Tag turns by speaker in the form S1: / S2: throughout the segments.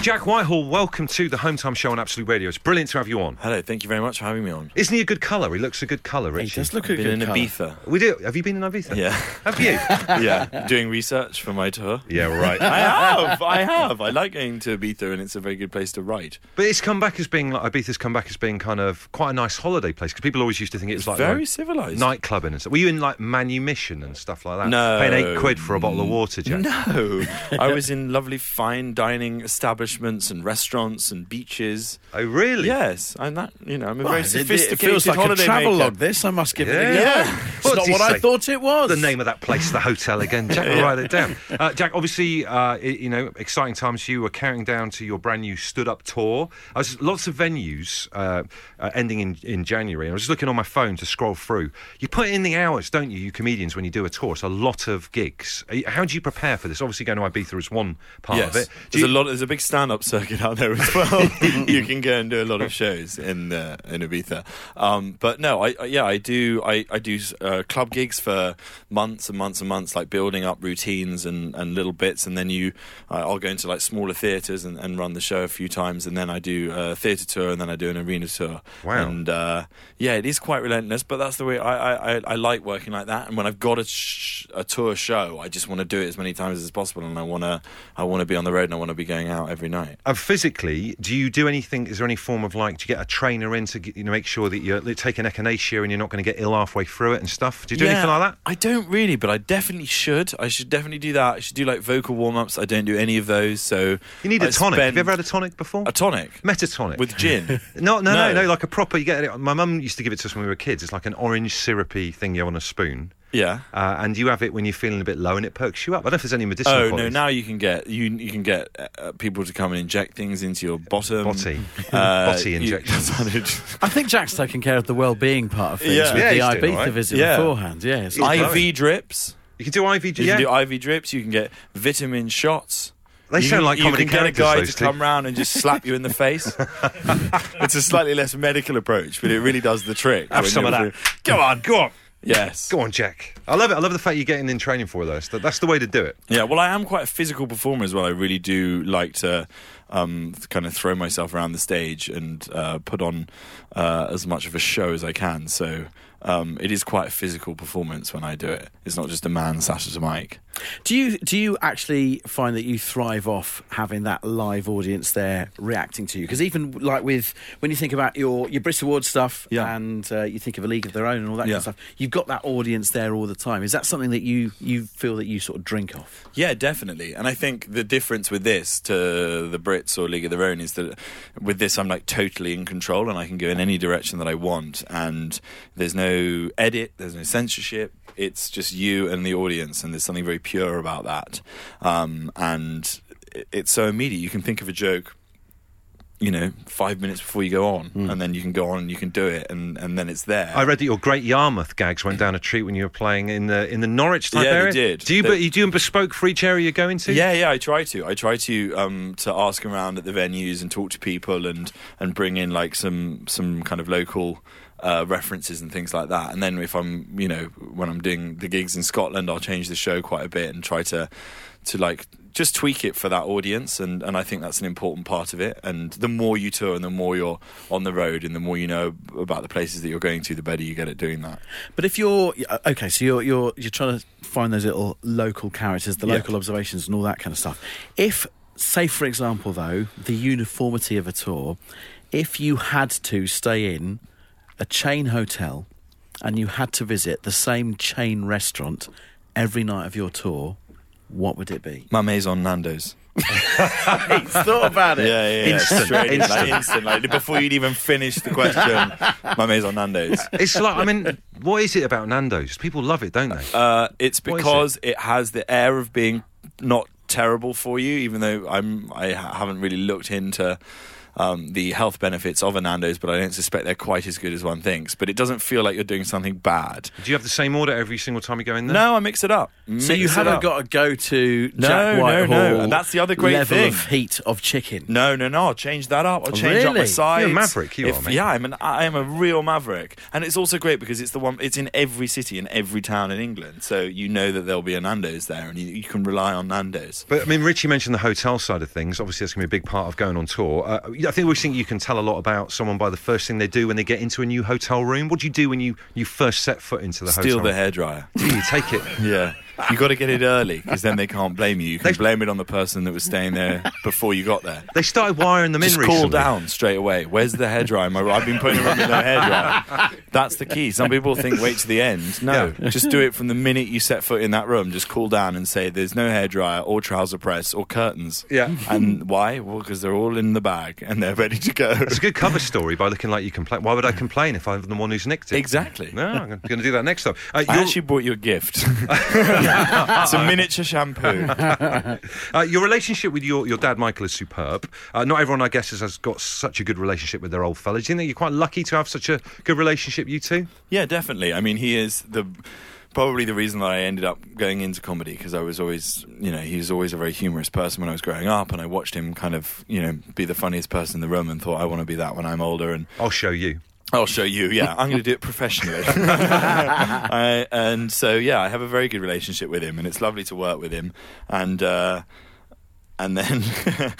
S1: Jack Whitehall, welcome to the Hometown Show on Absolute Radio. It's brilliant to have you on.
S2: Hello, thank you very much for having me on.
S1: Isn't he a good colour? He looks a good colour,
S3: He
S1: Richie.
S3: does look a
S2: I've been
S3: good
S2: in
S3: colour.
S2: Ibiza.
S1: We do. Have you been in Ibiza?
S2: Yeah,
S1: Have you?
S2: yeah, doing research for my tour.
S1: yeah, right.
S2: I have, I have. I like going to Ibiza, and it's a very good place to write.
S1: But it's come back as being like Ibiza's come back as being kind of quite a nice holiday place because people always used to think it was like
S2: very
S1: like,
S2: civilized.
S1: nightclubbing and stuff. Were you in like manumission and stuff like that?
S2: No.
S1: paying eight quid for a bottle of water, Jack.
S2: No, I was in lovely fine dining establishments and restaurants and beaches.
S1: Oh, really?
S2: Yes, I'm that. You know, I'm a
S3: Well,
S2: very
S3: it- it-
S2: sophisticated
S3: It feels like a
S2: holiday
S3: travel
S2: maker.
S3: log. This I must give
S1: Yeah.
S3: it. A go.
S2: Yeah.
S3: it's
S1: What
S3: not
S1: did
S3: what
S1: he
S3: I
S1: say?
S3: thought it was.
S1: The name of that place, the hotel again. Jack, will write it down. Uh, Jack, obviously, uh, i- you know, exciting times. You were counting down to your brand new stood up tour. I was, lots of venues uh, uh, ending in, in January. I was just looking on my phone to scroll through. You put in the hours, don't you, you comedians, when you do a tour? It's a lot of gigs. Uh, How do you prepare for this? Obviously, going to Ibiza is one part
S2: Yes,
S1: of it. Do
S2: there's
S1: you-
S2: a lot. There's a big stand-up circuit out there as well. you can go and do a lot of shows in uh, in Ibiza. Um, but no, I, I yeah, I do. I I do uh, club gigs for months and months and months, like building up routines and, and little bits, and then you, uh, I'll go into like smaller theatres and, and run the show a few times, and then I do a theatre tour, and then I do an arena tour.
S1: Wow.
S2: And uh, yeah, it is quite relentless, but that's the way I I, I, I like working like that. And when I've got a, sh- a tour show, I just want to do it as many times as possible, and I want to I want to be on the road, and I want to be going out every night.
S1: And uh, physically, do you do anything? Is there any form of like, do you get a trainer in to get, you know, make sure that you're taking echinacea and you're not going to get ill halfway through it and stuff? Do you do anything like that?
S2: I don't really, but I definitely should. I should definitely do that. I should do like vocal warm ups. I don't do any of those, so
S1: You need
S2: a
S1: a tonic. Have you ever had a tonic before?
S2: a tonic
S1: Metatonic.
S2: with gin?
S1: no, no, no,
S2: No.
S1: no, like a proper. You get it. My mum used to give it to us when we were kids. It's like an orange syrupy thing you have on a spoon,
S2: yeah.
S1: uh, and you have it when you're feeling a bit low, and it perks you up. I don't know if there's any medicinal.
S2: Oh no!
S1: qualities.
S2: Now you can get you you can get uh, people to come and inject things into your bottom
S1: Botty.
S2: uh,
S1: Botty
S2: you-
S1: injections.
S3: I think Jack's taken care of the well-being part of things
S2: Yeah.
S3: with
S1: Yeah, he's
S3: the
S1: doing
S3: Ibiza
S1: all right.
S3: visit
S2: Yeah.
S3: beforehand. Yeah, it's
S1: I-
S3: like-
S1: glowing.
S2: IV drips.
S1: You can do IVG.
S2: You
S1: yeah.
S2: can do IV drips. You can get vitamin shots.
S1: They
S2: you
S1: sound
S2: can,
S1: like comedy
S2: You can get a
S1: characters,
S2: guy
S1: those
S2: to
S1: two.
S2: come round and just slap you in the face. it's a slightly less medical approach, but it really does the trick.
S1: Have
S2: when
S1: some of
S2: you're-
S1: that. Go on, go on,
S2: Yes.
S1: go on, Jack. I love it. I love the fact you're getting in training for those. That, that's the way to do it.
S2: Yeah, well, I am quite a physical performer as well. I really do like to um, kind of throw myself around the stage and uh, put on uh, as much of a show as I can. So um, it is quite a physical performance when I do it. It's not just a man sat at a mic.
S3: do you do you actually find that you thrive off having that live audience there reacting to you? Because even like with when you think about your your Brit Award stuff
S2: Yeah.
S3: and uh, you think of a League of Their Own and all that kind
S2: Yeah.
S3: of stuff, you've got that audience there all the time. Is that something that you you feel that you sort of drink off?
S2: Yeah, definitely. And I think the difference with this to the Brits or League of Their Own is that with this, I'm like totally in control and I can go in any direction that I want. And there's no edit, there's no censorship. It's just you and the audience. And there's something very pure about that. Um, and it- it's so immediate. You can think of a joke you know, five minutes before you go on, and then you can go on and you can do it, and, and then it's there.
S1: I read that your great Yarmouth gags went down a treat when you were playing in the in the Norwich type
S2: Yeah, they
S1: area.
S2: did.
S1: Do you
S2: They-
S1: but you do them bespoke for each area you're going to?
S2: Yeah, yeah, I try to. I try to um, to ask around at the venues and talk to people and and bring in like some some kind of local uh, references and things like that. And then if I'm you know when I'm doing the gigs in Scotland, I'll change the show quite a bit and try to to like just tweak it for that audience and, and I think that's an important part of it and the more you tour and the more you're on the road and the more you know about the places that you're going to the better you get at doing that
S3: But if you're yeah, okay, so you're you're you're trying to find those little local characters, the
S2: Yeah.
S3: local observations, and all that kind of stuff. If, say, for example, though, the uniformity of a tour, if you had to stay in a chain hotel and you had to visit the same chain restaurant every night of your tour, what would it be?
S2: my maison Nando's
S3: thought about
S2: Yeah, yeah, yeah.
S1: Instant,
S2: Straight in, like,
S1: instant.
S2: instant, like, before you'd even finish the question, my mates on Nando's.
S1: It's like I mean, what is it about Nando's? People love it, don't they?
S2: Uh, it's
S1: What is it?
S2: because it? has the air of being not terrible for you, even though I'm I ha- haven't really looked into um, the health benefits of a Nando's, but I don't suspect they're quite as good as one thinks. But it doesn't feel like you're doing something bad.
S1: Do you have the same order every single time you go in there?
S2: No, I mix it up. Mix
S3: So you
S2: it
S3: haven't
S2: up.
S3: got to go to
S2: No,
S3: Jack
S2: no, no.
S3: Whitehall.
S2: And that's the other great
S3: level
S2: thing.
S3: of heat of chicken.
S2: No, no, no. I'll change that up. I'll change up my
S3: really?
S2: size.
S1: You're a maverick, you
S2: If-
S1: are, mate.
S2: Yeah, I'm an, I am a real maverick, and it's also great because it's the one. It's in every city in every town in England, so you know that there'll be a Nando's there, and you, you can rely on Nando's.
S1: But I mean, Richie mentioned the hotel side of things. Obviously, that's going to be a big part of going on tour. Uh, I think we think you can tell a lot about someone by the first thing they do when they get into a new hotel room. What do you do when you, you first set foot into the
S2: Steal the
S1: hotel?
S2: hairdryer.
S1: Steal the You take it.
S2: Yeah. You got to get it early because then they can't blame you. You can
S1: They-
S2: blame it on the person that was staying there before you got there.
S1: They started wiring them
S2: Just
S1: in
S2: call
S1: recently.
S2: down straight away. Where's the hairdryer? My, I've been putting a room with no hairdryer. That's the key. Some people think wait to the end. No, just do it from the minute you set foot in that room. Just call down and say there's no hairdryer or trouser press or curtains.
S1: Yeah.
S2: And why? Well, because they're all in the bag and they're ready to go.
S1: It's a good cover story by looking like you complain. Why would I complain if I'm the one who's nicked it?
S2: Exactly.
S1: No, I'm going to do that next time. Uh,
S2: I
S1: you're-
S2: actually bought you a gift. it's a miniature shampoo.
S1: Uh, your relationship with your, your dad, Michael, is superb. Uh, not everyone, I guess, has, has got such a good relationship with their old fella. Do you think you're quite lucky to have such a good relationship, you two?
S2: Yeah, definitely. I mean, he is the probably the reason that I ended up going into comedy because I was always, you know, he was always a very humorous person when I was growing up, and I watched him kind of, you know, be the funniest person in the room and thought, I want to be that when I'm older, and
S1: I'll show you.
S2: I'll show you. Yeah, I'm going to do it professionally. I, and so, yeah, I have a very good relationship with him, and it's lovely to work with him. And uh, and then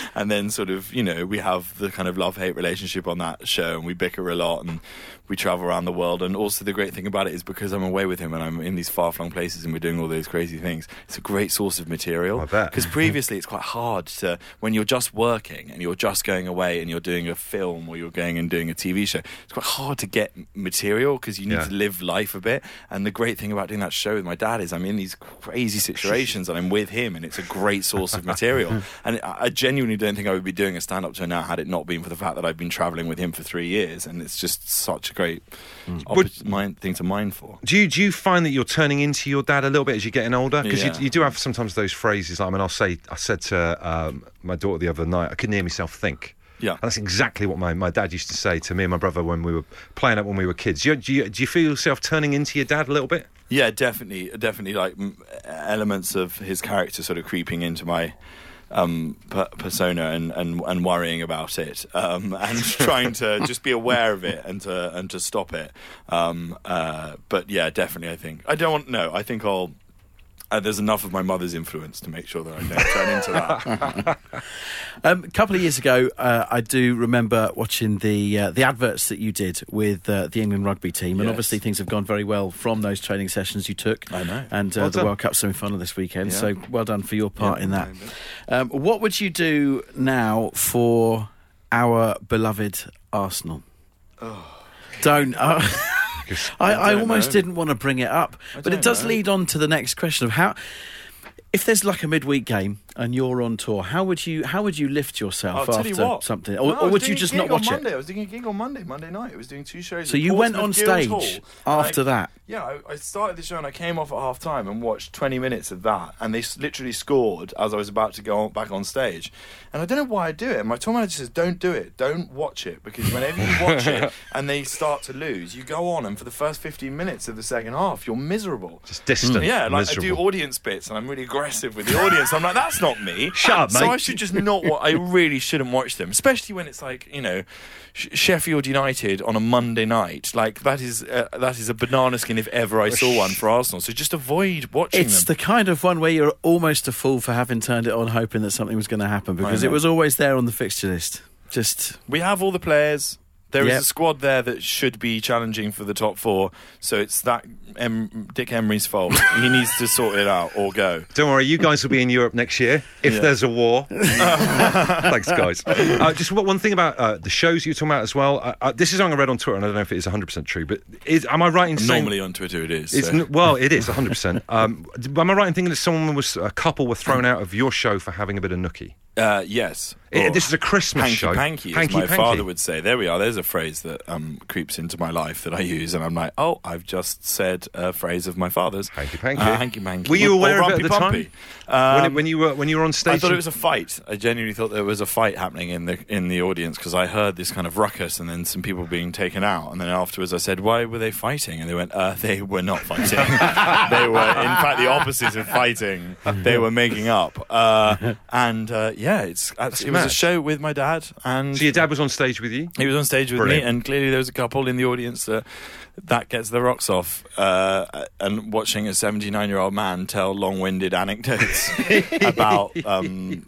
S2: and then, sort of, you know, we have the kind of love hate relationship on that show, and we bicker a lot, and we travel around the world. And also, the great thing about it is because I'm away with him, and I'm in these far flung places, and we're doing all those crazy things. It's a great source of material.
S1: I bet.
S2: Because previously it's quite hard to when you're just working and you're just going away and you're doing a film or you're going and doing a TV show. It's quite hard to get material because you need
S1: Yeah.
S2: to live life a bit. And the great thing about doing that show with my dad is I'm in these crazy situations and I'm with him, and it's a great source of material. and I I genuinely don't think I would be doing a stand up show now had it not been for the fact that I've been traveling with him for three years, and it's just such a great oppor-
S1: Would-
S2: mind, thing to mind for.
S1: Do you, do you find that you're turning into your dad a little bit as you're getting older? Because
S2: Yeah.
S1: you, you do have sometimes those phrases. Like, I mean, I'll say, I said to um, my daughter the other night, I couldn't hear myself think.
S2: Yeah.
S1: And that's exactly what my, my dad used to say to me and my brother when we were playing up when we were kids. Do you, do, you, do you feel yourself turning into your dad a little bit?
S2: Yeah, definitely, definitely. Like m- elements of his character sort of creeping into my um, per- persona and, and and worrying about it, um, and trying to just be aware of it and to and to stop it. Um, uh, but yeah, definitely. I think I don't want. No, I think I'll. Uh, there's enough of my mother's influence to make sure that I don't turn into that.
S3: Um, a couple of years ago, uh, I do remember watching the uh, the adverts that you did with uh, the England rugby team, and
S2: Yes.
S3: obviously things have gone very well from those training sessions you took.
S2: I know.
S3: and uh,
S1: Well
S3: the
S1: done.
S3: World Cup semi final this weekend.
S2: Yeah.
S3: So well done for your part
S2: Yeah,
S3: in that.
S2: thank
S3: Um, what would you do now for our beloved Arsenal? Don't. Uh, I, I,
S2: Oh. don't
S3: almost
S2: know.
S3: didn't want to bring it up, but it
S2: don't
S3: does
S2: know.
S3: lead on to the next question of how. If there's like a midweek game and you're on tour, how would you how would you lift
S2: I'll
S3: yourself
S2: tell
S3: after
S2: you what.
S3: something, or,
S2: No, I
S3: or
S2: was
S3: would
S2: doing
S3: you
S2: a
S3: just
S2: gig
S3: not
S2: on
S3: watch
S2: Monday.
S3: it?
S2: I was doing a gig on Monday, Monday night. I was doing two shows.
S3: So
S2: at
S3: you went on
S2: Portsmouth Guildhall,
S3: stage
S2: and
S3: after
S2: I-
S3: that?
S2: Yeah, I, I started the show and I came off at half time and watched 20 minutes of that, and they s- literally scored as I was about to go on, back on stage. And I don't know why I do it. And my tour manager says, "Don't do it. Don't watch it because whenever you watch it and they start to lose, you go on and for the first 15 minutes of the second half, you're miserable."
S1: Just distant.
S2: Mm. yeah, like I do
S1: miserable.
S2: audience bits, and I'm really aggressive with the audience. I'm like, that's not me.
S1: Shut up,
S2: so
S1: mate.
S2: I should just not. Wa- I really shouldn't watch them, especially when it's like you know, Sh- Sheffield United on a Monday night. Like that is uh, that is a banana skin if ever I saw one for Arsenal. So just avoid watching
S3: It's
S2: them.
S3: the kind of one where you're almost a fool for having turned it on, hoping that something was going to happen because it
S2: know.
S3: was always there on the fixture list. Just
S2: we have all the players. There is
S3: Yep.
S2: a squad there that should be challenging for the top four. So it's that em- Dick Emery's fault. he needs to sort it out or go.
S1: Don't worry, you guys will be in Europe next year if there's a war. Thanks, guys. Uh, just one one thing about uh, the shows you were talking about as well. Uh, uh, this is something I read on Twitter, and I don't know if it is 100% true, but is, am I right in saying.
S2: Normally on Twitter it is.
S1: It's
S2: so.
S1: n- well, it is 100%. Um, d- am I right in thinking that someone was, a couple were thrown out of your show for having a bit of nookie?
S2: Uh, yes.
S1: It- this is a Christmas
S2: Hanky
S1: show.
S2: panky, as my father would say. There we are. There's a phrase that um, creeps into my life that I use, and I'm like, oh, I've just said a phrase of my father's.
S1: Hanky panky.
S2: Uh, hanky panky.
S1: Were you
S2: Or
S1: aware of it at
S2: rumpy
S1: the time?
S2: pumpy.
S1: When,
S2: Um,
S1: it- when you were when you were on stage,
S2: I thought it was a fight. I genuinely thought there was a fight happening in the in the audience because I heard this kind of ruckus and then some people being taken out. And then afterwards, I said, "Why were they fighting?" And they went, uh, "They were not fighting. they were, in fact, the opposite of fighting. They were making up." Uh, and uh, yeah, it's it was a
S1: mad.
S2: show with my dad, and
S1: so your dad was on stage with you.
S2: he was on stage with
S1: Brilliant.
S2: me, and clearly there was a couple in the audience that that gets the rocks off. Uh, and watching a 79 year old man tell long winded anecdotes about um,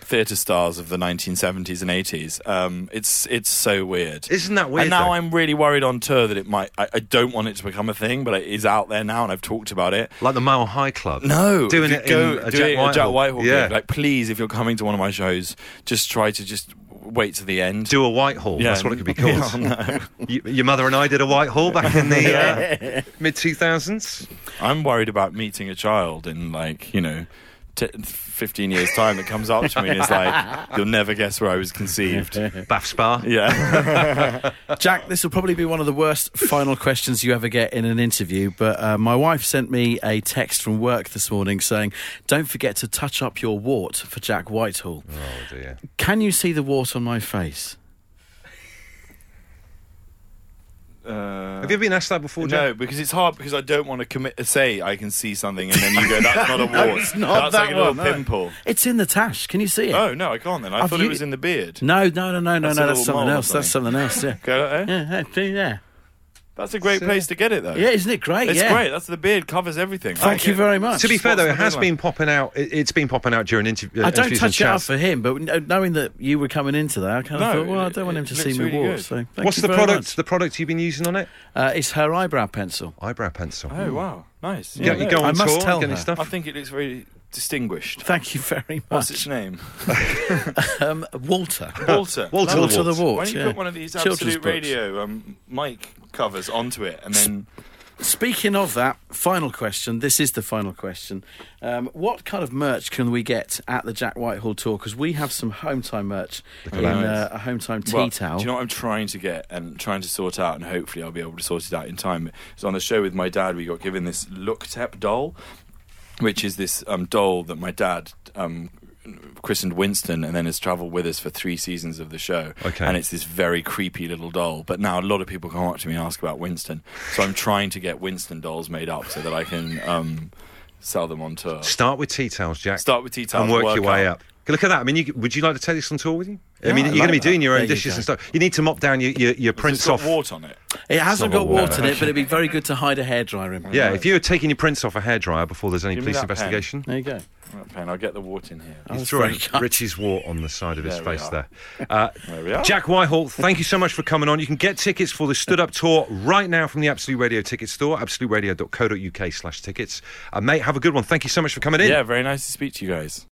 S2: theatre stars of the 1970s and 80s, um, it's it's so weird.
S1: Isn't that weird,
S2: And now
S1: though?
S2: I'm really worried on tour that it might. I, I don't want it to become a thing, but it is out there now, and I've talked about it.
S1: Like the Mile High Club.
S2: No,
S1: doing
S2: if
S1: it
S2: you go,
S1: in a
S2: do
S1: Jack
S2: it in a
S1: Whitehall.
S2: Jack Whitehall.
S1: Yeah,
S2: gig. like please, if you're coming to one of my shows, just try to just wait to the end.
S1: do a Whitehall.
S2: Yeah.
S1: That's what it could be called. Y- your mother and I did a Whitehall back in the uh, mid two thousands.
S2: I'm worried about meeting a child in like you know. T- 15 years time that comes up to me and is like you'll never guess where i was conceived
S1: Bath Spa.
S2: yeah
S3: Jack, this will probably be one of the worst final questions you ever get in an interview, but uh, my wife sent me a text from work this morning saying, Don't forget to touch up your wart for Jack Whitehall.
S1: Oh dear.
S3: Can you see the wart on my face?
S1: Have you ever been asked that before, Jack?
S2: Uh, no because it's hard because i don't want to commit say i can see something and then you go that's not a wart
S3: it's
S2: that's
S3: not that
S2: like a little
S3: one, no.
S2: pimple
S3: It's in the tash. Can you see it?
S2: oh no i can't then i
S3: Have
S2: thought
S3: you-
S2: it was in the beard
S3: No, no, no, no, no,
S2: That's a
S3: no.
S2: little
S3: That's something
S2: mole or
S3: else. That's something else. Yeah.
S2: Go, eh?
S3: Yeah, yeah, yeah.
S2: that's a great place to get it though
S3: Yeah, isn't it great?
S2: it's
S3: yeah.
S2: great that's the beard covers everything I
S3: Thank you
S2: get-
S3: very much.
S1: To be fair, though, it
S2: What's the
S1: has
S2: big
S1: been popping out. it- It's been popping out during interv- uh,
S3: I don't
S1: interviews and
S3: touch it up
S1: chats.
S3: for him, but kn- knowing that you were coming into that, I kind of
S2: No,
S3: thought, well, I
S2: it-
S3: don't want him
S2: it
S3: to see
S2: looks
S3: me
S2: really
S3: walk.
S2: good.
S3: So thank
S1: What's
S3: you
S1: the
S3: very
S1: product?
S3: much.
S1: The product you've been using on it?
S3: Uh, it's her eyebrow pencil.
S1: Eyebrow pencil.
S2: oh wow nice
S1: You, go- you
S2: no.
S1: go on
S3: I must
S1: tour,
S3: tell
S1: get any
S3: her.
S1: stuff.
S2: i think it looks very distinguished
S3: Thank you very
S2: what's
S3: much.
S2: its name
S3: Um, Walter.
S2: Walter.
S1: Walter the
S2: Nice.
S1: Wart.
S3: Walter the Wart,
S2: Why don't you
S3: yeah.
S2: put one of these
S3: Children's
S2: absolute
S3: books.
S2: radio um, mic covers onto it and then
S3: Speaking of that, final question. This is the final question. Um, what kind of merch can we get at the Jack Whitehall tour? Because we have some home time merch in
S2: colours.
S3: uh, a home time tea
S2: Well,
S3: towel.
S2: Do you know what I'm trying to get and trying to sort out, and hopefully I'll be able to sort it out in time. So on the show with my dad, we got given this look tap doll, which is this um, doll that my dad. Um, christened Winston and then has travelled with us for three seasons of the show.
S1: Okay.
S2: And it's this very creepy little doll. But now a lot of people come up to me and ask about Winston. So I'm trying to get Winston dolls made up so that I can um, sell them on tour.
S1: Start with tea towels, Jack.
S2: Start with tea towels,
S1: and work,
S2: work
S1: your way
S2: up.
S1: up. Look at that. I mean, you, would you like to take this on tour with you? I
S2: Yeah,
S1: mean,
S2: I
S1: you're
S2: like
S1: going to be
S2: that.
S1: doing your own
S3: There you
S1: dishes
S3: go.
S1: and stuff. You need to mop down your your, your
S2: It's
S1: prints
S2: got
S1: off.
S2: wart on it.
S3: it hasn't
S1: not
S3: got
S1: a wart.
S3: water in it, but it'd be very good to hide a hairdryer in.
S1: Yeah, if you were taking your prints off a hairdryer before there's any
S2: Give me
S1: police
S2: that pen.
S1: investigation,
S3: There you go.
S2: Right, Pan, I'll get the wart in here.
S1: he's
S3: that's
S1: drawing
S3: very kind.
S1: Richie's wart on the side of his
S2: There we
S1: face
S2: are.
S1: there. Uh,
S2: There we are.
S1: Jack Whitehall, thank you so much for coming on. You can get tickets for the Stood Up Tour right now from the Absolute Radio ticket store, absoluteradio.co.uk slash tickets. Uh, mate, have a good one. Thank you so much for coming in.
S2: Yeah, very nice to speak to you guys.